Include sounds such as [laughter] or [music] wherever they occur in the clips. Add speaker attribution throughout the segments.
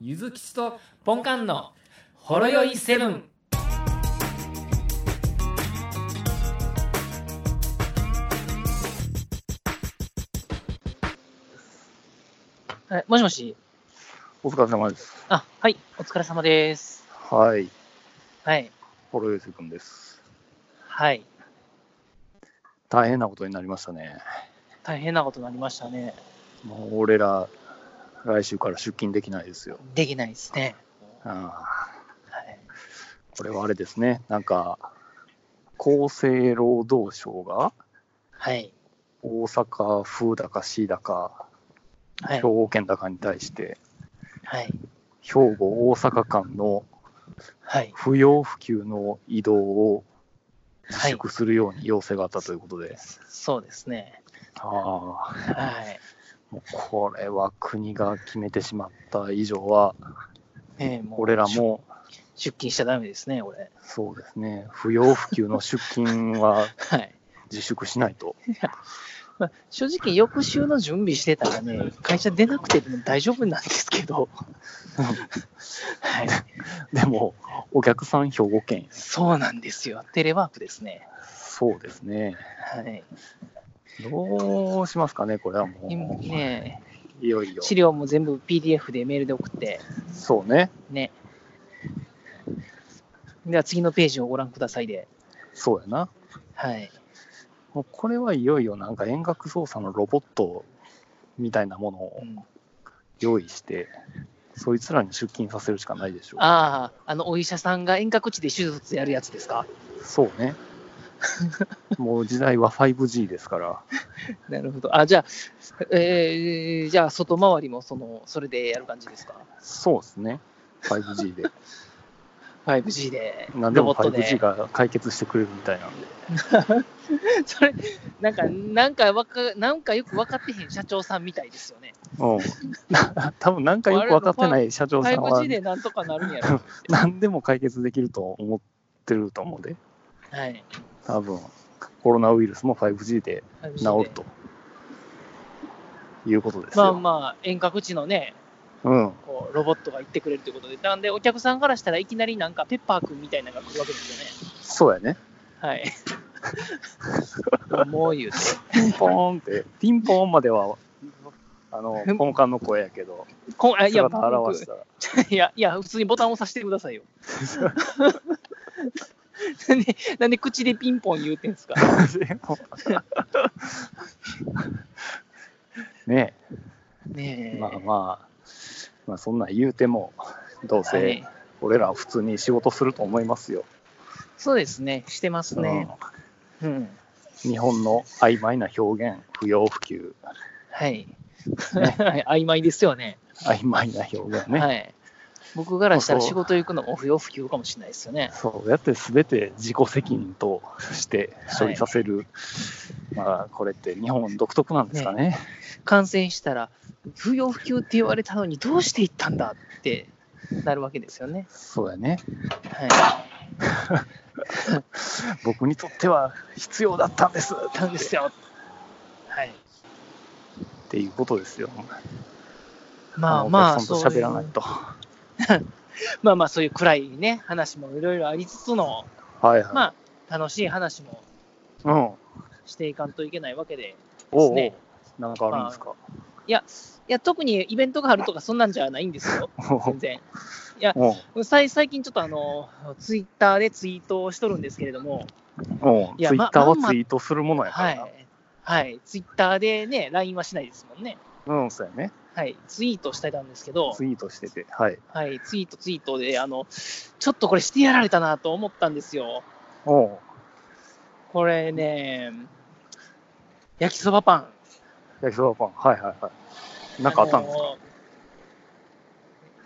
Speaker 1: ゆずきちとポンカンのほろよいセブン。
Speaker 2: えもしもし。
Speaker 3: お疲れ様です。
Speaker 2: あ、はい。お疲れ様です。
Speaker 3: はい。
Speaker 2: はい。
Speaker 3: ホロヨセ君です。
Speaker 2: はい。
Speaker 3: 大変なことになりましたね。
Speaker 2: 大変なことになりましたね。
Speaker 3: もう俺ら、来週から出勤できないですよ。
Speaker 2: できないですね。
Speaker 3: あ
Speaker 2: はい。
Speaker 3: ーこれはあれですね。なんか、厚生労働省が
Speaker 2: はい。
Speaker 3: 大阪府だか市だか、
Speaker 2: はい
Speaker 3: 兵。庫県だかに対して、
Speaker 2: はい。
Speaker 3: 兵庫大阪間の
Speaker 2: はい。
Speaker 3: 不要不急の移動を自
Speaker 2: はい。
Speaker 3: 粛するように要請があったということで、
Speaker 2: そうですね。
Speaker 3: あー
Speaker 2: はい。
Speaker 3: もうこれは国が決めてしまった以上は、
Speaker 2: ええも
Speaker 3: 俺らも
Speaker 2: 出出勤しちゃダメですね、俺。
Speaker 3: そうですね、不要不急の出勤は
Speaker 2: はい。
Speaker 3: 自粛しないと、
Speaker 2: まあ、正直、翌週の準備してたらね、会社出なくても大丈夫なんですけ
Speaker 3: [laughs]
Speaker 2: ど。はい。
Speaker 3: でも、お客さん兵庫県、
Speaker 2: そうなんですよ。テレワークですね。
Speaker 3: そうですね、
Speaker 2: はい。
Speaker 3: どうしますかね、これはも
Speaker 2: 今
Speaker 3: う、
Speaker 2: ね、
Speaker 3: いよいよ、
Speaker 2: 資料も全部 PDF でメールで送って。
Speaker 3: そうね、
Speaker 2: ね。では次のページをご覧くださいで。
Speaker 3: そうやな、
Speaker 2: はい。
Speaker 3: もうこれはいよいよなんか遠隔操作のロボットみたいなもの
Speaker 2: う
Speaker 3: を
Speaker 2: ん、
Speaker 3: 用意して、そいつらに出勤させるしかないでしょう、
Speaker 2: ああ、あの、お医者さんが遠隔地で手術やるやつですか
Speaker 3: そう
Speaker 2: [laughs]
Speaker 3: ね、もう時代は 5G ですから、
Speaker 2: なるほど。あ、じゃあ、えー、じゃあ、外回りも、その、それでやる感じですか
Speaker 3: そうですね、5G で。
Speaker 2: ?5G で、
Speaker 3: 何で
Speaker 2: ロボ
Speaker 3: も
Speaker 2: ット
Speaker 3: 5G
Speaker 2: で。
Speaker 3: が解決してくれるみたいなんで、
Speaker 2: [laughs] それ、なんか、なんかわか、なんかよく分かってへん社長さんみたいですよね。
Speaker 3: うん、 [laughs] 多分なんかよく分かってない社長さんは
Speaker 2: 5G でなんとかなるんや
Speaker 3: [laughs]
Speaker 2: ろ。
Speaker 3: 何でも解決できると思ってると思うで
Speaker 2: はい。
Speaker 3: 多分コロナウイルスも 5G で
Speaker 2: 5G で
Speaker 3: 治るということです
Speaker 2: まあ
Speaker 3: よ、
Speaker 2: まあ、遠隔地のね、
Speaker 3: うん、
Speaker 2: こうロボットが行ってくれるということで、なんでお客さんからしたらいきなりなんかペッパーくんみたいなのが来るわけですよね。
Speaker 3: そうやね
Speaker 2: はい。もう言うて。
Speaker 3: ピンポーンってピンポーンまではあ [laughs] の
Speaker 2: うん
Speaker 3: ポンカンの声やけど
Speaker 2: こんあいや、
Speaker 3: 姿
Speaker 2: 僕
Speaker 3: 表したら
Speaker 2: いや、いや、普通にボタンを押させてくださいよ。なんで、なんで口でピンポン言うてんすか。
Speaker 3: [laughs] ね
Speaker 2: ね
Speaker 3: え
Speaker 2: え。
Speaker 3: まあまあまあそんなん言うてもどうせ、
Speaker 2: はい
Speaker 3: 俺らは普通に仕事すると思いますよ。
Speaker 2: そうですね、してますね。うん。
Speaker 3: うん日本の曖昧な表現、不要不急、
Speaker 2: はい。 [laughs] 曖昧ですよね
Speaker 3: 曖昧な表現ね。
Speaker 2: はい。僕からしたら
Speaker 3: そう
Speaker 2: 仕事行くのも不要不急かもしれないですよね。
Speaker 3: そうやって全て自己責任として処理させる、まあこれって日本独特なんですかね。
Speaker 2: 感染したら、不要不急って言われたのに、どうして行ったんだってなるわけですよね。
Speaker 3: そうやね。
Speaker 2: は
Speaker 3: 僕にとっては必要だったんです
Speaker 2: い。なんですよ。はい。
Speaker 3: っていうことですよ。
Speaker 2: まあまあ、
Speaker 3: そ
Speaker 2: そうう
Speaker 3: 喋
Speaker 2: いう
Speaker 3: らないと。は
Speaker 2: まあまあ、そういう暗いね、話もいろいろありつつの、
Speaker 3: いはい。
Speaker 2: まあ、楽しい話も
Speaker 3: うん。おう
Speaker 2: していかんといけないわけで。
Speaker 3: おう、
Speaker 2: ね
Speaker 3: なんかあるんですか。
Speaker 2: いや、特にイベントがあるとか、そんなんじゃないんですよ。
Speaker 3: [laughs]
Speaker 2: 全然。
Speaker 3: おう
Speaker 2: 最最近ちょっとあの、ツイッターでツイートをしとるんですけれども、
Speaker 3: おう
Speaker 2: いや
Speaker 3: ツイッター
Speaker 2: ま
Speaker 3: は
Speaker 2: まんま
Speaker 3: ツイートするものやか
Speaker 2: は
Speaker 3: らな。
Speaker 2: い。はい。ツイッターでね、LINE はしないですもんね。
Speaker 3: うん、そうやね。
Speaker 2: はい。ツイートしてたんですけど、
Speaker 3: ツイートしてて。はい。
Speaker 2: はい、ツイートツイートで、あの、ちょっとこれしてやられたなと思ったんですよ。
Speaker 3: おう
Speaker 2: これね、焼きそばパン。
Speaker 3: 焼きそばパン。はいはいはい。なんかあったんですか、
Speaker 2: の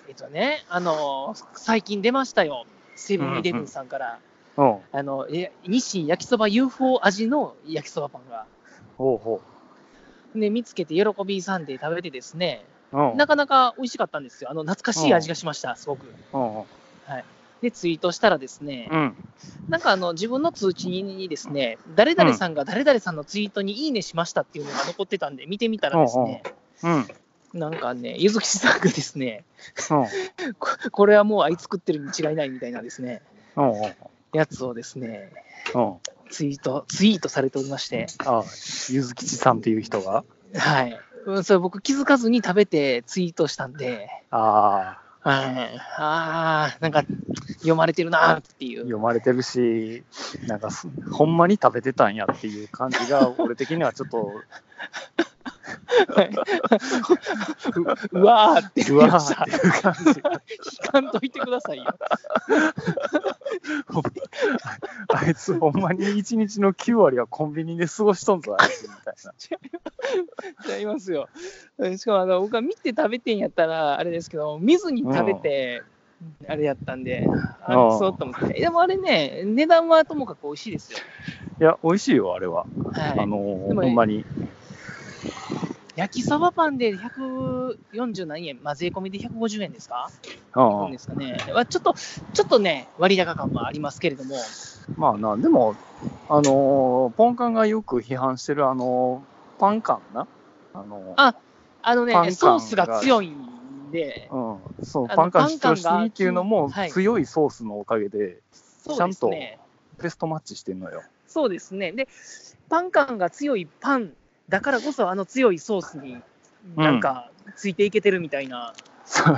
Speaker 2: えっとね、あの、最近出ましたよ。セブンイレブンさんから、
Speaker 3: うん。
Speaker 2: あの、え日清焼きそば UFO 味の焼きそばパンが。
Speaker 3: ほうほ
Speaker 2: ね、見つけて喜びさんで食べてですね、
Speaker 3: う。うん。
Speaker 2: なかなか美味しかったんですよ。あの、懐かしい味がしました、すごく。
Speaker 3: うんうん。
Speaker 2: で、ツイートしたらですね、
Speaker 3: うん。
Speaker 2: なんかあの自分の通知にですね、誰々さんが誰々さんのツイートにいいねしましたっていうのが残ってたんで、見てみたらですね、
Speaker 3: うん。
Speaker 2: なんかね、柚木さんがですね
Speaker 3: うん
Speaker 2: こ、これはもうあいつ食ってるに違いないみたいなですね、
Speaker 3: うんうん
Speaker 2: やつをですね、
Speaker 3: うん。
Speaker 2: ツイート、ツイートされておりまして、
Speaker 3: ああ、ゆずきちさんっていう人が
Speaker 2: はい。うんそれ僕気づかずに食べてツイートしたんで、
Speaker 3: ああ、
Speaker 2: はい。あー、なんか読まれてるなーって
Speaker 3: [laughs]
Speaker 2: いう。 [laughs]
Speaker 3: 読まれてるし、なんかす、ほんまに食べてたんやっていう感じ
Speaker 2: [laughs]
Speaker 3: が、俺的にはちょっと、
Speaker 2: ううわーって
Speaker 3: う
Speaker 2: 言い
Speaker 3: わ
Speaker 2: ま
Speaker 3: ー
Speaker 2: した
Speaker 3: っ。ていう感
Speaker 2: [laughs]
Speaker 3: じ。
Speaker 2: 聞かんといてくださいよ。
Speaker 3: あいつ、ほんまに一日の9割はコンビニで過ごしとんぞ、あいつみたいな。
Speaker 2: ちゃいますよ。しかもあの僕は見て食べてんやったらあれですけど、見ずに食べてあれやったんで、あ
Speaker 3: うん
Speaker 2: そうと思って。でもあれね、値段はともかく美味しいですよ。
Speaker 3: いや、美味しいよ、あれは。
Speaker 2: はい
Speaker 3: あのー
Speaker 2: でも
Speaker 3: ほんまに。
Speaker 2: 焼きそばパンで140何円、まあ、税込みで150円ですか
Speaker 3: う
Speaker 2: なん
Speaker 3: ん
Speaker 2: ですかね。はちょっと、ちょっとね、割高感はありますけれども、
Speaker 3: まあな、でも、あのーポンカンがよく批判してる、あのーパンカンな。あのー
Speaker 2: ああのね
Speaker 3: パン感、が
Speaker 2: ソースが強いんで、
Speaker 3: うん、そう、
Speaker 2: あの
Speaker 3: パンカン
Speaker 2: パン
Speaker 3: 主
Speaker 2: カンが
Speaker 3: 張していいっていうのも
Speaker 2: はい、
Speaker 3: 強いソースのおかげで、
Speaker 2: そう
Speaker 3: ちゃ
Speaker 2: で
Speaker 3: ん
Speaker 2: す
Speaker 3: と
Speaker 2: ね。
Speaker 3: ベストマッチしてんのよ。
Speaker 2: そうですね。で、パン感が強いパンだからこそ、あの強いソースに、なんか、ついていけてるみたいな
Speaker 3: そう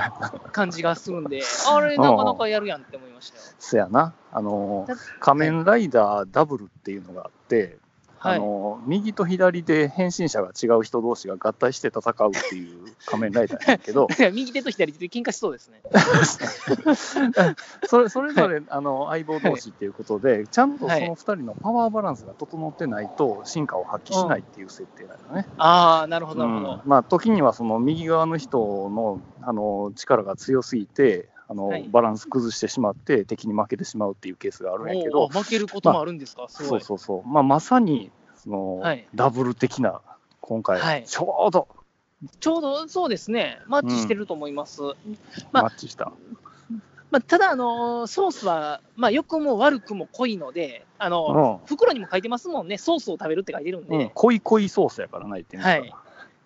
Speaker 2: 感じがするんで、あれ、なかなかやるやんって思いましたよ。
Speaker 3: そやな。あのー
Speaker 2: だ
Speaker 3: 仮面ライダーダブルっていうのがあって、
Speaker 2: は
Speaker 3: あ
Speaker 2: い。、
Speaker 3: のー右と左で変身者が違う人同士が合体して戦うっていう仮面ライダーやけど
Speaker 2: [laughs] 右手と左手で喧嘩しそうですね。
Speaker 3: それそれぞれ、あの相棒同士っていうことで、ちゃんとその2人のパワーバランスが整ってないと進化を発揮しないっていう設定なのね。
Speaker 2: ああ、なるほど、なるほど。
Speaker 3: うんまあ、時にはその右側の人のあの力が強すぎてあの、
Speaker 2: はい
Speaker 3: バランス崩してしまって敵に負けてしまうっていうケースがあるんやけ
Speaker 2: お
Speaker 3: ど
Speaker 2: ー負けることもあるんですか、す
Speaker 3: そ
Speaker 2: ご
Speaker 3: う
Speaker 2: い。
Speaker 3: そうそう、まあ、まさにその、
Speaker 2: はい
Speaker 3: ダブル的な今回、
Speaker 2: はい
Speaker 3: ちょうど
Speaker 2: ちょうどそうですね、マッチしてると思います。まあ
Speaker 3: マッチした、
Speaker 2: まあ、ただ、あのーソースは、まあ、良くも悪くも濃いので、あのー袋にも書いてますもんね、ソースを食べるって書いて
Speaker 3: う
Speaker 2: るん
Speaker 3: んうん
Speaker 2: で、
Speaker 3: 濃い濃いソースやからないって
Speaker 2: はい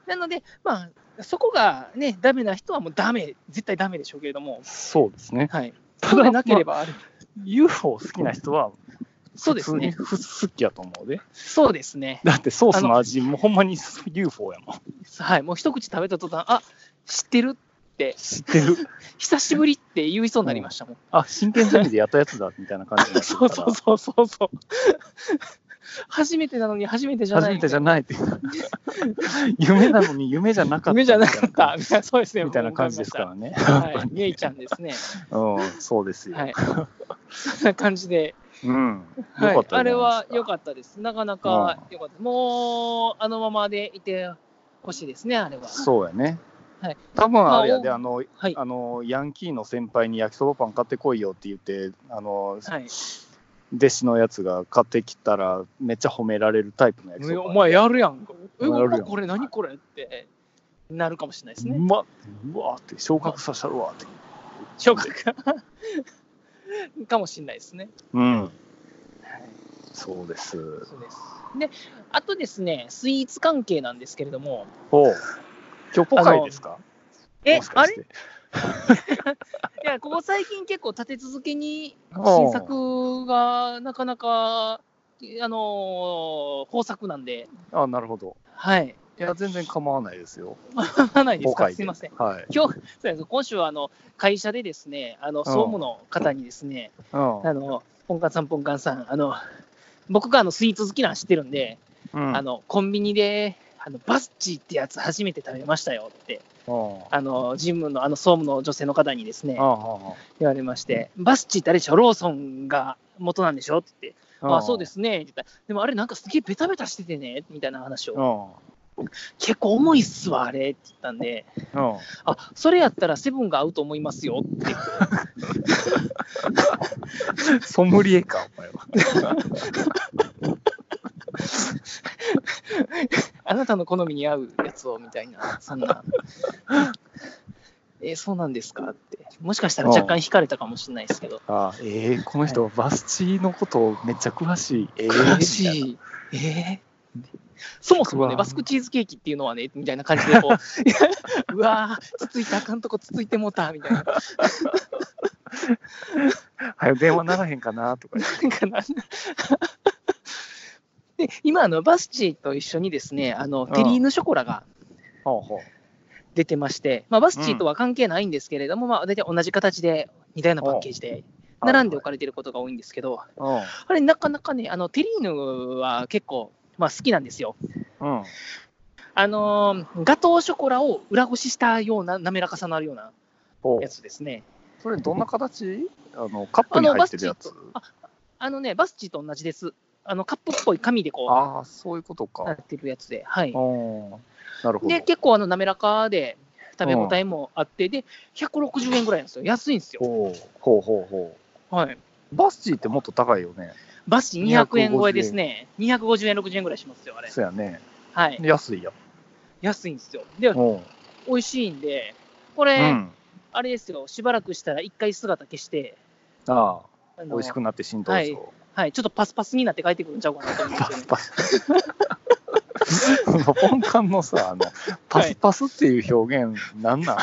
Speaker 2: なので、まあ、そこがね、ダメな人はもうダメ、絶対ダメでしょうけれども、
Speaker 3: そうですね
Speaker 2: はい、
Speaker 3: た
Speaker 2: それ
Speaker 3: だ
Speaker 2: なけれ
Speaker 3: ば、
Speaker 2: ばある、
Speaker 3: UFO 好きな人は
Speaker 2: そう
Speaker 3: 普
Speaker 2: で
Speaker 3: 通
Speaker 2: す
Speaker 3: に
Speaker 2: ね、
Speaker 3: ふ好きやと思うで
Speaker 2: そうですね、
Speaker 3: だってソースの味もほんまに UFO やもん
Speaker 2: はい、もう一口食べた途端、あ知ってる、
Speaker 3: 知ってる
Speaker 2: 久しぶりって言いそうになりましたもん。
Speaker 3: [laughs] あ真剣じゃみでやったやつだみたいな感じになってる
Speaker 2: そ
Speaker 3: か
Speaker 2: う
Speaker 3: ら
Speaker 2: そうそうそうそう。初めてなのに初めてじゃな
Speaker 3: 初
Speaker 2: い
Speaker 3: め
Speaker 2: みた
Speaker 3: て
Speaker 2: い
Speaker 3: じゃ
Speaker 2: な。
Speaker 3: ないって。
Speaker 2: [laughs]
Speaker 3: 夢なのに夢じゃなかった。
Speaker 2: 夢じゃなかった。みたいなそうですね。
Speaker 3: みたいな感じですからね。
Speaker 2: 僕も思いました。はい。みえいちゃんですね。
Speaker 3: うん、そうですよ。 [laughs]
Speaker 2: はい。そんな感じで。
Speaker 3: うん。
Speaker 2: はい
Speaker 3: よかったじゃないですか
Speaker 2: あれは良かったです。なかなか良かった。もう、あのままでいてほしいですね、あれは。
Speaker 3: そうやね
Speaker 2: はい。
Speaker 3: 多分あれ
Speaker 2: ま
Speaker 3: や
Speaker 2: あお
Speaker 3: で、あの、
Speaker 2: はい。
Speaker 3: あの、ヤンキーの先輩に焼きそばパン買ってこいよって言って、あの、
Speaker 2: はい。
Speaker 3: 弟子のやつが買ってきたら、めっちゃ褒められるタイプの焼きそば。
Speaker 2: お前やるやんか。え、
Speaker 3: お前やるやん
Speaker 2: これ何これってなるかもしれないです
Speaker 3: う
Speaker 2: ね。
Speaker 3: まっうわーって、昇格させたるわって。
Speaker 2: 昇格が [laughs] かもしれないですね。
Speaker 3: うん。そうです。
Speaker 2: そうです。で、あとですね、スイーツ関係なんですけれども、
Speaker 3: おう今日ポカイですか
Speaker 2: え
Speaker 3: もし、か
Speaker 2: あ
Speaker 3: し
Speaker 2: れい
Speaker 3: て
Speaker 2: や、ここ最近結構立て続けに新作がなかなか、あのー豊作なんで、
Speaker 3: あ、なるほど。
Speaker 2: はい。
Speaker 3: いや、全然構わないですよ。
Speaker 2: まないです
Speaker 3: 誤
Speaker 2: か
Speaker 3: 解
Speaker 2: すいません。。
Speaker 3: はい。
Speaker 2: 今日、そうなんです今週はあの会社でですね、あの総務の方にですね、あの、ポンカンさん、ポンカンさん、あの、僕があのスイーツ好きなの知ってるんで、
Speaker 3: うん。
Speaker 2: あの、コンビニで、あのバスチーってやつ初めて食べましたよって
Speaker 3: うん。
Speaker 2: あの、ジムの、あの、総務の女性の方にですね、
Speaker 3: あ
Speaker 2: 言われまして、バスチってあれでしょローソンが元なんでしょって言って、あそうで。すね、って言ったら、でもあれなんかすげえベタベタしててね、みたいな話
Speaker 3: う
Speaker 2: を、
Speaker 3: ん。うん。
Speaker 2: 結構重いっすわ、あれって言ったんで、あ、それやったらセブンが合うと思いますよって言って、
Speaker 3: ソムリエか、お前は。
Speaker 2: あなたの好みに合うやつを、みたいな、そ
Speaker 3: [laughs]
Speaker 2: んな。えそうなんですかって。もしかしたら若干惹かれたかもしれないですけど。
Speaker 3: あえー、この人、バスチーのことめっちゃ詳しい。えー
Speaker 2: 詳
Speaker 3: みたい
Speaker 2: しい。えーそもそも
Speaker 3: う
Speaker 2: ね、
Speaker 3: わ
Speaker 2: バスクチーズケーキっていうのはね、みたいな感じでこ
Speaker 3: [laughs]
Speaker 2: う、うわー、つついたあかんとこつついてもうた、みたいな。
Speaker 3: 早く電話ならへんかなとか言って。
Speaker 2: なんかなんで今あの、バスチーと一緒にですね、あの
Speaker 3: うん
Speaker 2: テリーヌショコラが
Speaker 3: [laughs] ほうほう
Speaker 2: 出てまして、まあ、バスチーとは関係ないんですけれども、まあ、大体同じ形で、似たようなパッケージで並んで置かれてることが多いんですけど、
Speaker 3: はい
Speaker 2: あれ、なかなかね、あのテリーヌは結構、まあ、好きなんですよ。
Speaker 3: うん。うん。
Speaker 2: あのーガトーショコラを裏ごししたような、滑らかさのあるような
Speaker 3: ほう
Speaker 2: やつですね。
Speaker 3: それどんな形あの、カップに
Speaker 2: あの
Speaker 3: 入ってるやつ
Speaker 2: バス。あのね、バスチーと同じです。あのカップっぽい紙でこ
Speaker 3: ああ、そういうこと
Speaker 2: う、なっ
Speaker 3: か。
Speaker 2: てるやつで。はい
Speaker 3: あ。ーなるほど。
Speaker 2: で、結構あの滑らかで、食べ応えもあって、で、160円ぐらいなんですよ。安いんですよ。
Speaker 3: ほうほうほうほ
Speaker 2: はい。
Speaker 3: う。バスチーってもっと高いよね。
Speaker 2: バスチー200円超えですね。250円、60円ぐらいしますよ、あれ。
Speaker 3: そうやね。
Speaker 2: はい。
Speaker 3: 安いやん。
Speaker 2: 安いんですよ。で、
Speaker 3: うん。
Speaker 2: 美味しいんで、こ
Speaker 3: う
Speaker 2: れ、
Speaker 3: ん。
Speaker 2: あれですよ、しばらくしたら一回姿消して、
Speaker 3: ああ、
Speaker 2: あ
Speaker 3: 美
Speaker 2: の
Speaker 3: 味しくなって浸透しそ
Speaker 2: はい、ちょっとパスパスになって帰ってくるんちゃうかなと思うん
Speaker 3: う。
Speaker 2: です
Speaker 3: パ
Speaker 2: よね
Speaker 3: スパス。ポンカンのさ、あの、パスパスっていう表現、なんなん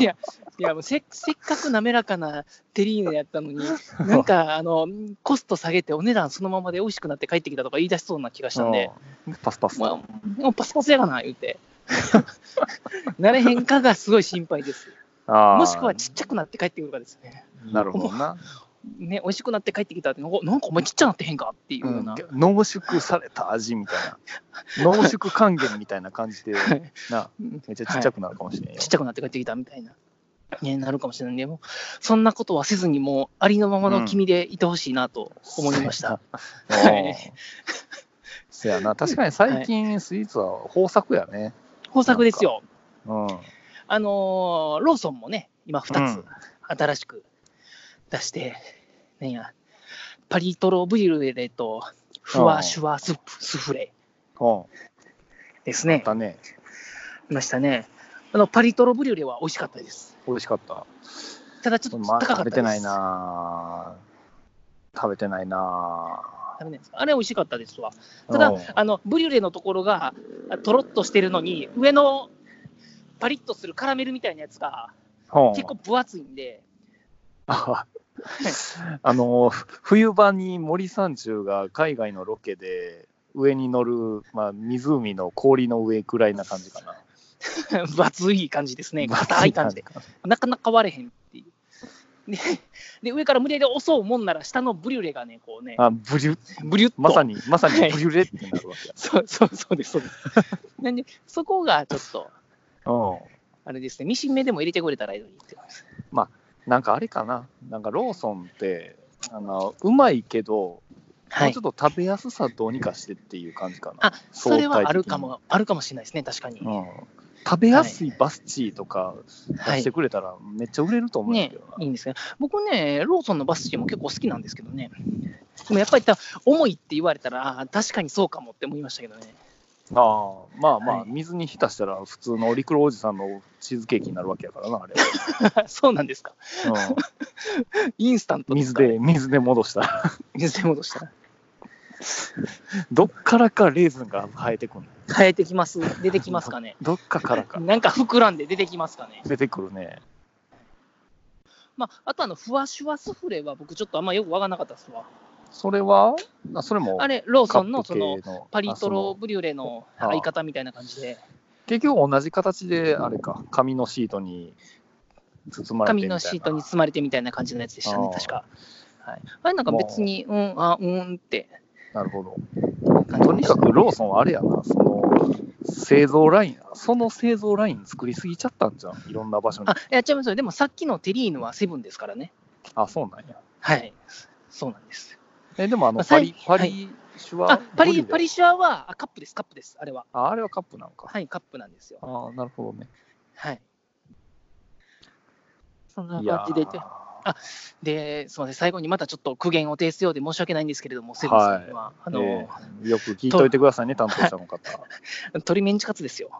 Speaker 2: いや、いやもうせせっかく滑らかなテリーヌやったのに、なんかあのコスト下げて、お値段そのままで美味しくなって帰ってきたとか言い出しそうな気がしたんで、
Speaker 3: うんパスパス。
Speaker 2: まあ、もうパスパスやがな、言うて。 [laughs] なれへんかがすごい心配です。
Speaker 3: ああ
Speaker 2: もしくはちっちゃくなって帰ってくるかですね。
Speaker 3: なるほどな。
Speaker 2: ね、美味しくなって帰ってきたって、なんかなんかお前ちっちゃなってへんかっていうよう
Speaker 3: う
Speaker 2: な。
Speaker 3: ん濃縮された味みたいな。濃縮還元みたいな感じで、
Speaker 2: [laughs] はい
Speaker 3: な、
Speaker 2: うん
Speaker 3: めっちゃちっちゃくなるかもしれんよ
Speaker 2: ちっ。ちゃくなって帰ってきたみたいな、ね、なるかもしれないんで、もうそんなことはせずに、もうありのままの君でいてほしいなと思いました。
Speaker 3: そうやな。おーそやな。確かに最近スイーツは豊作やね。
Speaker 2: 豊作ですよ。
Speaker 3: うん。2
Speaker 2: あのーローソンもね、今2つ。新しく出して、なんや、パリトロブリュレとフワシュワスプスフレ
Speaker 3: うん。
Speaker 2: ですね。
Speaker 3: だね。
Speaker 2: いましたね。あのパリトロブリュレは美味しかったです。
Speaker 3: 美味しかった。
Speaker 2: ただちょっと
Speaker 3: ま
Speaker 2: 高
Speaker 3: あ、
Speaker 2: かった
Speaker 3: 食べ
Speaker 2: です。
Speaker 3: てないなぁ食べてないなぁ
Speaker 2: 食べないですかあれ美味しかったですわ。ただ
Speaker 3: うん、
Speaker 2: あのブリュレのところがあとろっとしてるのに、上のパリッとするカラメルみたいなやつが
Speaker 3: うん
Speaker 2: 結構分厚いんで、
Speaker 3: [laughs] ああのふ冬場に森三中が海外のロケで上に乗る、まあ、湖の氷の上くらいな感じかな。
Speaker 2: 分厚い感じですね、硬い感じで、なかなか割れへんっていう。で、で上から無理やり襲うもんなら、下のブリュレがね、こうね、
Speaker 3: あブリュ
Speaker 2: ブリュッと。
Speaker 3: まさに、まさに
Speaker 2: はい
Speaker 3: ブリュレってなるわけや。
Speaker 2: そうそうそうです、そうです。なんで、そこがちょっと、
Speaker 3: う
Speaker 2: あれですね、ミシン目でも入れてくれたらいいのにって感じです。
Speaker 3: ん、なんかあれかな、なんかローソンって、あのうまいけど、
Speaker 2: は
Speaker 3: もう
Speaker 2: い
Speaker 3: ちょ。っと食べやすさどうにかしてっていう感じかな。
Speaker 2: あ、それはあるかも、あるかもしれないですね、確かに。
Speaker 3: うん、食べやすいバスチーとか出
Speaker 2: は
Speaker 3: して
Speaker 2: い。
Speaker 3: くれたら、めっちゃ売れると思うんだ
Speaker 2: ね
Speaker 3: けどな。、
Speaker 2: いいんですけど、僕ね、ローソンのバスチーも結構好きなんですけどね。でもやっぱりた重いって言われたら、あ確かにそうかもって思いましたけどね。 [laughs]
Speaker 3: ああまあまあ、
Speaker 2: はい
Speaker 3: 水に浸したら普通のリクロおじさんのチーズケーキになるわけやからな
Speaker 2: [laughs]
Speaker 3: あれ、
Speaker 2: そうなんですか。インスタン
Speaker 3: う
Speaker 2: ト
Speaker 3: ん、
Speaker 2: で
Speaker 3: 水
Speaker 2: すか
Speaker 3: で水で戻した
Speaker 2: [laughs]
Speaker 3: ら
Speaker 2: 水で戻したら。
Speaker 3: どっからかレーズンが生えてくる
Speaker 2: 変えてきます。出てきますかね。
Speaker 3: どっかからか
Speaker 2: なんか膨らんで出てきますかね。
Speaker 3: 出てくるね
Speaker 2: まあ、あとあの、ふわしゅわスフレは僕ちょっとあんまよくわからなかったですわ。
Speaker 3: それはあそれも
Speaker 2: あれ、ロー
Speaker 3: カ
Speaker 2: ソンの
Speaker 3: ップ
Speaker 2: そ
Speaker 3: 系
Speaker 2: の、
Speaker 3: の
Speaker 2: パリ
Speaker 3: あ
Speaker 2: ト
Speaker 3: そ
Speaker 2: ロ
Speaker 3: の
Speaker 2: ブリュレの
Speaker 3: あ
Speaker 2: 相方みたいな感じで、
Speaker 3: 結局同じ形であれか紙のシートに包まれてみた
Speaker 2: 紙
Speaker 3: いな
Speaker 2: のシートに包まれてみたいな感じのやつでしたね
Speaker 3: あ、ー
Speaker 2: 確か。はい、あれなんか別に、うん、あ、うんって
Speaker 3: なるほど
Speaker 2: 感じ
Speaker 3: と
Speaker 2: で
Speaker 3: に
Speaker 2: した
Speaker 3: か。くローソンはあれやなその製造ラインその製造ライン作りすぎちゃったんじゃんいろんな場所に
Speaker 2: あ、やっちゃいますよ。でもさっきのテリーヌはセブンですからね。
Speaker 3: あそうなんや
Speaker 2: はい。そうなんです。
Speaker 3: え、でもあ
Speaker 2: まあ
Speaker 3: の、パリ、
Speaker 2: は
Speaker 3: パ
Speaker 2: い
Speaker 3: リシュワ、
Speaker 2: あ、パリ、パ
Speaker 3: リ
Speaker 2: リシュアはあカップです、カップです。あれは。
Speaker 3: あ、あれはカップなのか。
Speaker 2: はい、カップなんですよ。
Speaker 3: ああ、なるほどね。
Speaker 2: はい。そんない
Speaker 3: や
Speaker 2: 感じで
Speaker 3: ー、
Speaker 2: で、すみません、最後にまたちょっと苦言を呈すようで申し訳ないんですけれども、セブンさんには、あの、
Speaker 3: ええよく聞いといてくださいね、担当者の
Speaker 2: [laughs]
Speaker 3: 方。
Speaker 2: 鶏メンチカツですよ。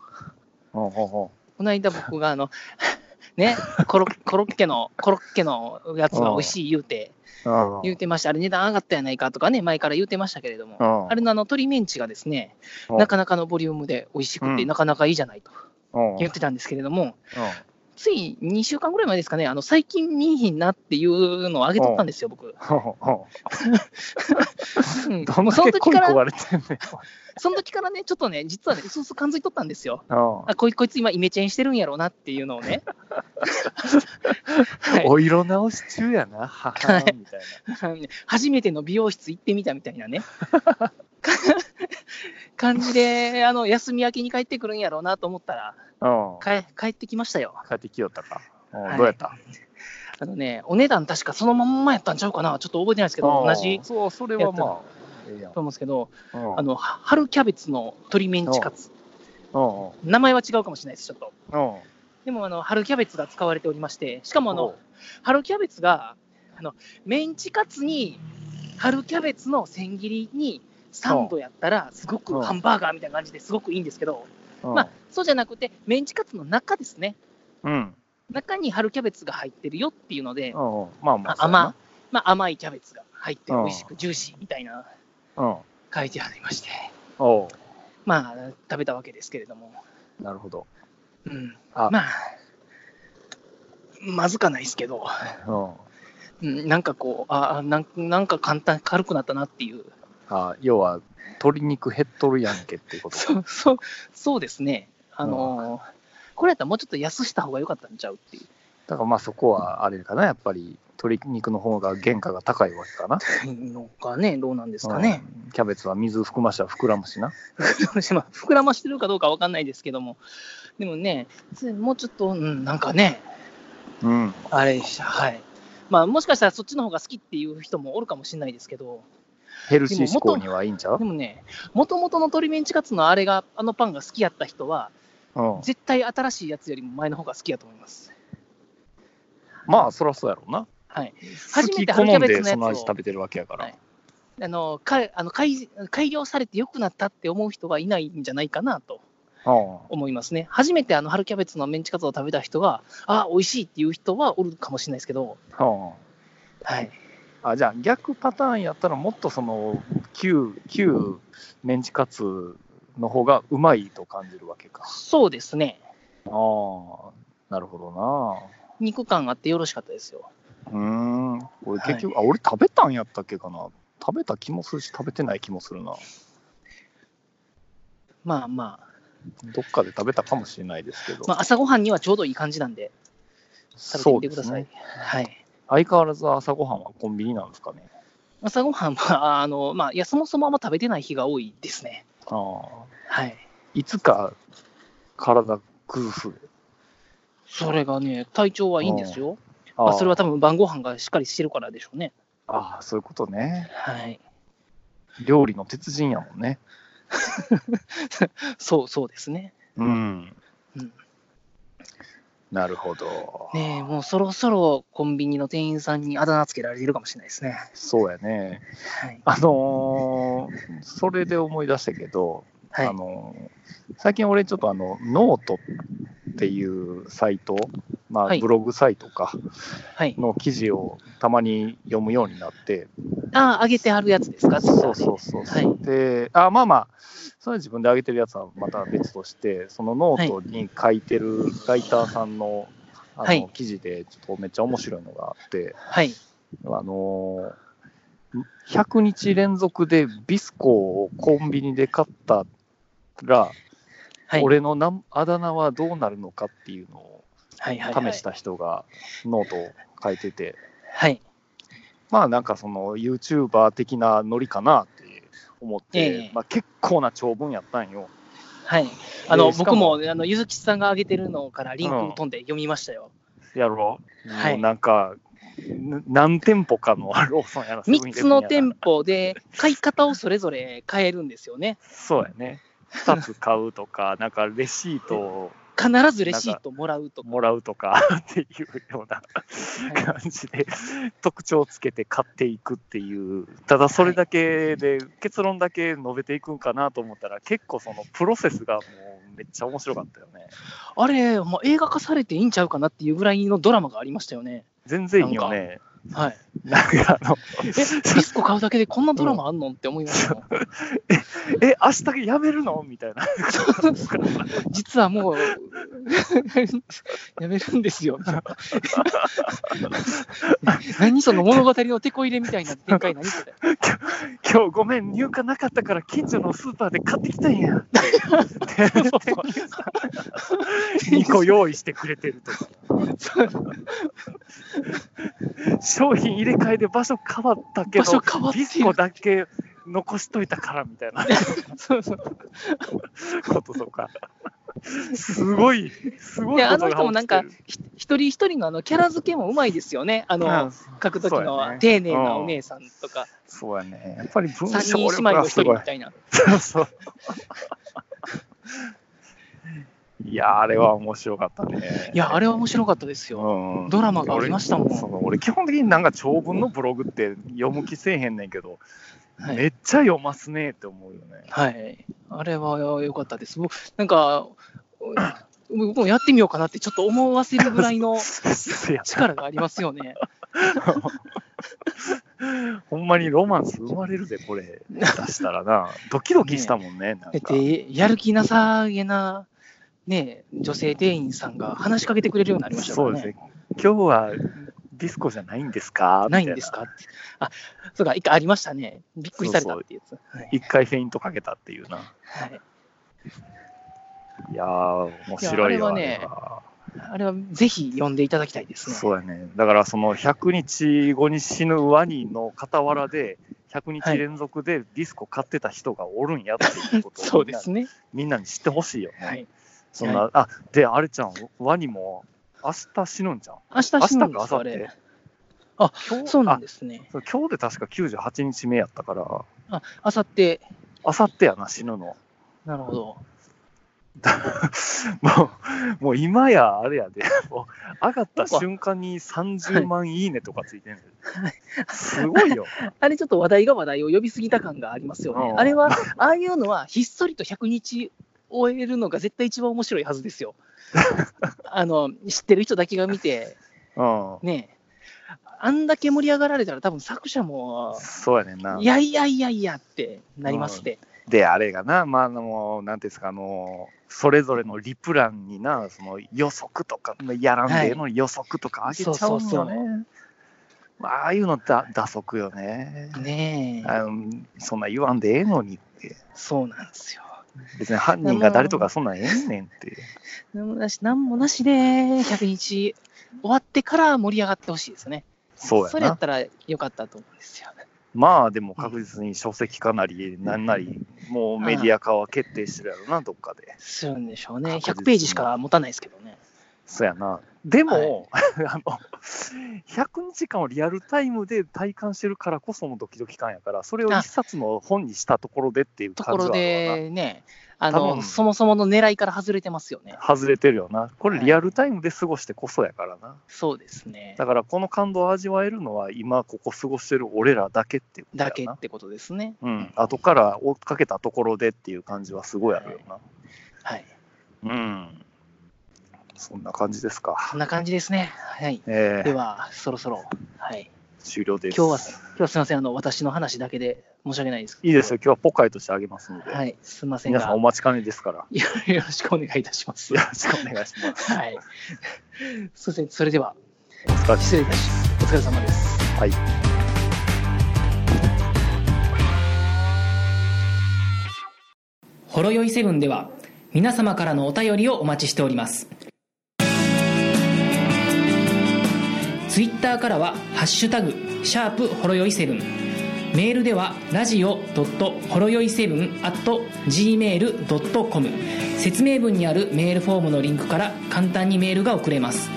Speaker 3: ほうほうほ
Speaker 2: この間僕があの、 [laughs] ね、コロコロッケの、コロッケのやつは美味しい言うて、
Speaker 3: うん
Speaker 2: 言うてました。あれ値段上がったやないかとかね、前から言うてましたけれども、
Speaker 3: うん
Speaker 2: あれのあの鶏メンチがですね、
Speaker 3: うん
Speaker 2: なかなかのボリュームで美味しくて、
Speaker 3: うん
Speaker 2: なかなかいいじゃないと
Speaker 3: うん
Speaker 2: 言ってたんですけれども、
Speaker 3: うん
Speaker 2: つい2週間ぐらい前ですかね、あの最近見いひんなっていうのをあげとったんですよ、僕。うん
Speaker 3: どん
Speaker 2: もう
Speaker 3: だ
Speaker 2: その
Speaker 3: け
Speaker 2: 時
Speaker 3: 恋
Speaker 2: か
Speaker 3: 焦
Speaker 2: ら、
Speaker 3: がれてんねん。
Speaker 2: その時からね、ちょっとね、実はね、うすうす感づいとったんですよ。
Speaker 3: うん
Speaker 2: あこいこいつ今、イメチェンしてるんやろうなっていうのを
Speaker 3: [laughs]
Speaker 2: ね。はい
Speaker 3: お色直し中やな、はは
Speaker 2: はい
Speaker 3: みたい
Speaker 2: 初めての美容室行ってみたみたい
Speaker 3: [laughs]
Speaker 2: なね感じであの休み明けに帰ってくるんやろうなと思ったら
Speaker 3: な。うん
Speaker 2: 帰帰ってきましたよ
Speaker 3: 帰ってきよったか。うん
Speaker 2: はい
Speaker 3: どうやった
Speaker 2: あのねお値段確かそのまんまやったんちゃうかなちょっと覚えてないですけど同じ
Speaker 3: うんそう、それはまあ、ええやん
Speaker 2: と。思うんですけど
Speaker 3: うん
Speaker 2: あのは春キャベツの鶏メンチカツ
Speaker 3: うん
Speaker 2: 名前は違うかもしれないですちょっと
Speaker 3: うん
Speaker 2: でもあの春キャベツが使われておりましてしかもあ
Speaker 3: お
Speaker 2: の
Speaker 3: う
Speaker 2: 春キャベツがあのメンチカツに春キャベツの千切りにサンドやったらすご
Speaker 3: う
Speaker 2: く
Speaker 3: ん
Speaker 2: ハンバーガーみたいな感じですごくいいんですけど、
Speaker 3: うん
Speaker 2: まあ、そうじゃなくてメンチカツの中ですね
Speaker 3: うん
Speaker 2: 中に春キャベツが入ってるよっていうので、
Speaker 3: うんまあま
Speaker 2: あ
Speaker 3: あ。
Speaker 2: 甘まあ、甘いキャベツが入って
Speaker 3: う
Speaker 2: 美
Speaker 3: ん
Speaker 2: 味しくジューシーみたいな
Speaker 3: そうやな。うん。
Speaker 2: 書いてありまして
Speaker 3: お
Speaker 2: まあ食べたわけですけれども、
Speaker 3: うなるほど。
Speaker 2: うん、
Speaker 3: あ
Speaker 2: まあまずかないですけど、
Speaker 3: うん。
Speaker 2: うん、なんかこうああなんなんか簡単軽くなったなっていう
Speaker 3: あ要は、鶏肉減っとるやんけっていうこと。
Speaker 2: そうそうそうですね、あのーこれやったらもうちょっと安した方が良かったんちゃうっていう、
Speaker 3: だからまあそこはあれかな、やっぱり鶏肉の方が原価が高いわけかな。
Speaker 2: のかね、どうなんですかね、
Speaker 3: うんキャベツは水含ましたら膨らむしな。
Speaker 2: [laughs] まあ膨らましてるかどうかわかんないですけども、でもね、つもうちょっと、うん、なんかね、
Speaker 3: うん。
Speaker 2: あれでした、はい。まあ、もしかしたらそっちの方が好きっていう人もおるかもしれないですけど、
Speaker 3: ヘルシー志向にはいいんちゃう
Speaker 2: でもね、もともとの鶏メンチカツのあれが、あのパンが好きやった人は、
Speaker 3: うん。
Speaker 2: 絶対新しいやつよりも前の方が好きやと思います。
Speaker 3: まあそりゃそうやろうな。
Speaker 2: はい。
Speaker 3: 好
Speaker 2: 初め
Speaker 3: き
Speaker 2: て
Speaker 3: 好
Speaker 2: 春キャ
Speaker 3: ん
Speaker 2: ベツの
Speaker 3: で
Speaker 2: やつを
Speaker 3: その味食べてるわけやから。
Speaker 2: はいあのかあの改改良されて良くなったって思う人がいないんじゃないかなと
Speaker 3: うん
Speaker 2: 思いますね。初めてあの春キャベツのメンチカツを食べた人が、あ美味しいっていう人はおるかもしれないですけど、
Speaker 3: うん
Speaker 2: はい、
Speaker 3: あじゃあ逆パターンやったらもっとその旧旧メンチカツの方がうまいと感じるわけか。
Speaker 2: そうですね、
Speaker 3: ああなるほど
Speaker 2: 肉感があってよろしかったですよ。
Speaker 3: な。うーん俺結局、あ俺食べたんやったっけかな食べた気もするし食べてない気もするな。
Speaker 2: まあまあ、
Speaker 3: どっかで食べたかもしれないですけど。
Speaker 2: まあ、朝ごはんにはちょうどいい感じなんで、食べて
Speaker 3: そう
Speaker 2: みて
Speaker 3: で
Speaker 2: くだ
Speaker 3: す
Speaker 2: さい。
Speaker 3: ね。
Speaker 2: はい、
Speaker 3: 相変わらず朝ごはんはコンビニなんですかね。
Speaker 2: 朝ごはんは、あのまあ、いやそもそもあんま食べてない日が多いですね。
Speaker 3: ああ
Speaker 2: はい、
Speaker 3: いつか体崩す。
Speaker 2: それがね、体調はいいんですよ。
Speaker 3: あ
Speaker 2: ま
Speaker 3: あ
Speaker 2: あ、それは多分晩ご飯がしっかりしてるからでしょうね。
Speaker 3: ああそういうことね。
Speaker 2: はい
Speaker 3: 料理の鉄人やもんね。
Speaker 2: そうそうですね。
Speaker 3: うん。
Speaker 2: うん
Speaker 3: なるほど。
Speaker 2: ねえ、もうそろそろコンビニの店員さんにあだ名つけられてるかもしれないですね。
Speaker 3: そうやね。
Speaker 2: はい。
Speaker 3: あのーそれで思い出したけど、
Speaker 2: はい
Speaker 3: あ。のー最近俺ちょっとあの、ノートっていうサイト、ま
Speaker 2: は
Speaker 3: あ
Speaker 2: い
Speaker 3: ブログサイトか、
Speaker 2: はい、
Speaker 3: の記事をたまに読むようになって、
Speaker 2: ああ、上げてあるやつですか
Speaker 3: そうそうそうそう。
Speaker 2: はい
Speaker 3: で、あ、まあまあ、それは自分で上げてるやつはまた別として、そのノートに書いてるライターさんの、あ
Speaker 2: は
Speaker 3: の
Speaker 2: い
Speaker 3: 記事でちょっとめっちゃ面白いのがあって、
Speaker 2: はい。
Speaker 3: あのー100日連続でビスコをコンビニで買ったら、
Speaker 2: はい。
Speaker 3: 俺のなあだ名はどうなるのかっていうのを
Speaker 2: はいはいはい
Speaker 3: 試した人がノートを書いてて、
Speaker 2: はい。
Speaker 3: まあなんかその YouTuber 的なノリかなって思って、
Speaker 2: ええ
Speaker 3: まあ、結構な長文やったんよ。
Speaker 2: はい。あの、
Speaker 3: でしか
Speaker 2: 僕
Speaker 3: も
Speaker 2: も、あの、ゆずきさんが上げてるのからリンクを飛んで読みましたよ。
Speaker 3: やろう、
Speaker 2: はい
Speaker 3: もうなんかぬ何店舗かのローソンやらセブンイレブン
Speaker 2: 3
Speaker 3: やら
Speaker 2: つの店舗で買い方をそれぞれ変えるんですよね。
Speaker 3: そうやね2つ買うとかなんかレシートを
Speaker 2: 必ずレシートもらうとか。
Speaker 3: もらうとかっていうような感じで特徴をつけて買っていくっていうただそれだけで結論だけ述べていくんかなと思ったら結構そのプロセスがもうめっちゃ面白かったよね。
Speaker 2: あれ、もう映画化されていいんちゃうかなっていうぐらいのドラマがありましたよね。
Speaker 3: 全然いいよね。
Speaker 2: はい。
Speaker 3: なんかあの、 [laughs]
Speaker 2: え、ディスコ買うだけでこんなドラマあんのって思いましたもん。
Speaker 3: え、明日やめるのみたいな。
Speaker 2: 実はもう、 [laughs] やめるんで
Speaker 3: [laughs]
Speaker 2: すよ。みたいな何その物語の手こ入れみたいな展開何それ。
Speaker 3: 今日ごめん、入荷なかったから近所のスーパーで買ってきたん [laughs] や。2個用意してくれてるとか。商品入れ替えで場所変わったけど、
Speaker 2: 場所変わって
Speaker 3: ビ
Speaker 2: る
Speaker 3: スコだけ残しといたからみたい
Speaker 2: [laughs]
Speaker 3: な
Speaker 2: そうそう。
Speaker 3: こととか。すごい、すごいことが起きてる。
Speaker 2: で、あの人もなんか、ひ一人一人のあのキャラ付けもうまいですよね。あの、
Speaker 3: うん
Speaker 2: 書くと
Speaker 3: そ
Speaker 2: き
Speaker 3: うや
Speaker 2: の
Speaker 3: ね
Speaker 2: 丁寧なお姉さんとか、
Speaker 3: そうやね。やっぱり文
Speaker 2: 三
Speaker 3: 章
Speaker 2: 人姉
Speaker 3: 力
Speaker 2: 妹の
Speaker 3: が
Speaker 2: 一
Speaker 3: す
Speaker 2: 人
Speaker 3: ご
Speaker 2: み
Speaker 3: い。
Speaker 2: たいな。
Speaker 3: そうそう。 [laughs] いや、あれは面白かったね。
Speaker 2: いや、あれは面白かったですよ。
Speaker 3: うん、
Speaker 2: ドラマがありましたもん
Speaker 3: 俺そう俺、基本的になんか長文のブログって読む気せえへんねんけど、
Speaker 2: はい
Speaker 3: めっちゃ読ますねって思うよね。
Speaker 2: はい。あれは良かったです。僕、なんか、お僕もやってみようかなってちょっと思わせるぐら
Speaker 3: [laughs]
Speaker 2: い [laughs] の
Speaker 3: いや
Speaker 2: 力がありますよね。
Speaker 3: ほんまにロマンス生まれるで、これ、出したら
Speaker 2: [laughs]
Speaker 3: な。ドキドキしたもんね、なん
Speaker 2: だっ
Speaker 3: か。
Speaker 2: て、やる気なさげな、ね、女性店員さんが話しかけてくれるようになりましたか
Speaker 3: そ
Speaker 2: ら
Speaker 3: う
Speaker 2: ね。
Speaker 3: ですね。今日はディスコじゃないんですか
Speaker 2: ないんです
Speaker 3: み
Speaker 2: かって。あ、そうか、一回ありましたね。びっくりされたっていうやつ。はい
Speaker 3: たいな一回フェイントかけたっていうな。
Speaker 2: はい
Speaker 3: いやー、面白い
Speaker 2: いや
Speaker 3: よ。
Speaker 2: あれはね
Speaker 3: あれは
Speaker 2: あれはぜひ読んでいただきたいですね。
Speaker 3: そうやね。だからその100日後に死ぬワニの傍らで、100
Speaker 2: は
Speaker 3: 日
Speaker 2: い
Speaker 3: 連続でディスコ買ってた人がおるんやっていうことを
Speaker 2: [laughs] そうですね。
Speaker 3: みんなに知ってほしいよね。
Speaker 2: はい。
Speaker 3: そんな、あ、で、あれちゃん、ワニも明日死ぬんじゃん。
Speaker 2: 明日
Speaker 3: 明
Speaker 2: 死
Speaker 3: 日
Speaker 2: ぬ
Speaker 3: か
Speaker 2: んで
Speaker 3: 明
Speaker 2: すか、あ
Speaker 3: 後
Speaker 2: れ
Speaker 3: 日。
Speaker 2: あ
Speaker 3: 今日
Speaker 2: そうなん
Speaker 3: で
Speaker 2: ですね。
Speaker 3: す。そう今日で確か98日目やったから、明
Speaker 2: あ、あさって、
Speaker 3: 後日やな、死ぬの。
Speaker 2: なるほど。
Speaker 3: もう、もう今やあれやで、もう上がった瞬間に30万いいねとかついてる、すごいよ。
Speaker 2: あれちょっと話題が話題を呼びすぎた感がありますよね
Speaker 3: う。ん
Speaker 2: あれは、ああいうのはひっそりと100日終えるのが絶対一番面白いはずです [laughs] よ。あの、知ってる人だけが見て、
Speaker 3: うん。
Speaker 2: ねえ、あんだけ盛り上がられたら多分作者も、
Speaker 3: そうやねんな。
Speaker 2: いやいやいやいやってなりますって。
Speaker 3: で、あれがな、まあ、あの、なんていうんですか、あの、それぞれのリプランにな、その予測とか、やらんでええのに予測とかあげちゃ
Speaker 2: そううそ
Speaker 3: ん
Speaker 2: うそ
Speaker 3: よ
Speaker 2: う
Speaker 3: ね。まあ、ああいうのだ打足よね。
Speaker 2: ねえ、
Speaker 3: あのそんな言わんでええのにって。
Speaker 2: そうなんですよ。
Speaker 3: 別に犯人が誰とかそんなんええねんって。
Speaker 2: なんもなし、なんもなしで100日終わってから盛り上がってほしいですね。
Speaker 3: そう
Speaker 2: そ
Speaker 3: や
Speaker 2: れや
Speaker 3: な
Speaker 2: っ。たらよかったと思うんですよ。
Speaker 3: まあでも確実に書籍かなり、なんなり、もうメディア化は決定してるやろな、どっかで。
Speaker 2: するんでしょうね。
Speaker 3: 確実に
Speaker 2: 100ページしか持たないですけどね。
Speaker 3: そうやな。でも、 [laughs] あの、100日間をリアルタイムで体感してるからこそのドキドキ感やから、それを
Speaker 2: あ
Speaker 3: 一冊の本にしたところでっていう
Speaker 2: と
Speaker 3: 感
Speaker 2: こ
Speaker 3: じは
Speaker 2: ろ
Speaker 3: あるわな。
Speaker 2: でね、あ
Speaker 3: 多
Speaker 2: の、
Speaker 3: 分
Speaker 2: そもそもの狙いから外れてますよね。
Speaker 3: 外れてるよな。これ
Speaker 2: はい
Speaker 3: リアルタイムで過ごしてこそやからな。
Speaker 2: そうですね。
Speaker 3: だからこの感動を味わえるのは今ここ過ごしてる俺らだけっていうことや
Speaker 2: だ
Speaker 3: な。
Speaker 2: けってことですね。
Speaker 3: うん。後から追っかけたところでっていう感じはすごいあるよな。
Speaker 2: はい。
Speaker 3: うん。そんな感じですか
Speaker 2: こん。な感じですね。はい。
Speaker 3: え
Speaker 2: で
Speaker 3: ー、
Speaker 2: は、そろそろ、はい。
Speaker 3: 終了です。
Speaker 2: 今日は、今日はすみません。あの、私の話だけで申し訳ないです。
Speaker 3: いいですよ。。今日はポカイとしてあげますので。
Speaker 2: はい。すみません
Speaker 3: 皆さん
Speaker 2: が
Speaker 3: お、待ちかねですから。
Speaker 2: よろしくお願いいたします
Speaker 3: よ。ろしくお願いします。
Speaker 2: はい。そして、それでは、
Speaker 3: お疲れ様
Speaker 2: 失礼いたします。お疲れ様です。
Speaker 3: はい。
Speaker 1: ほろよいセブンでは皆様からのお便りをお待ちしておりますツイッターからは「ハッシュタグシャープほろよいセブン」メールではラジオほろよい7 gmail.com 説明文にあるメールフォームのリンクから簡単にメールが送れます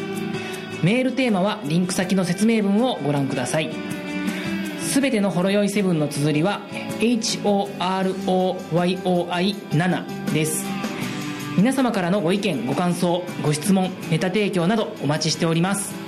Speaker 1: メールテーマはリンク先の説明文をご覧くださいすべてのほろ酔いセブンの綴りは HOROYOI7 です皆様からのご意見ご感想ご質問ネタ提供などお待ちしております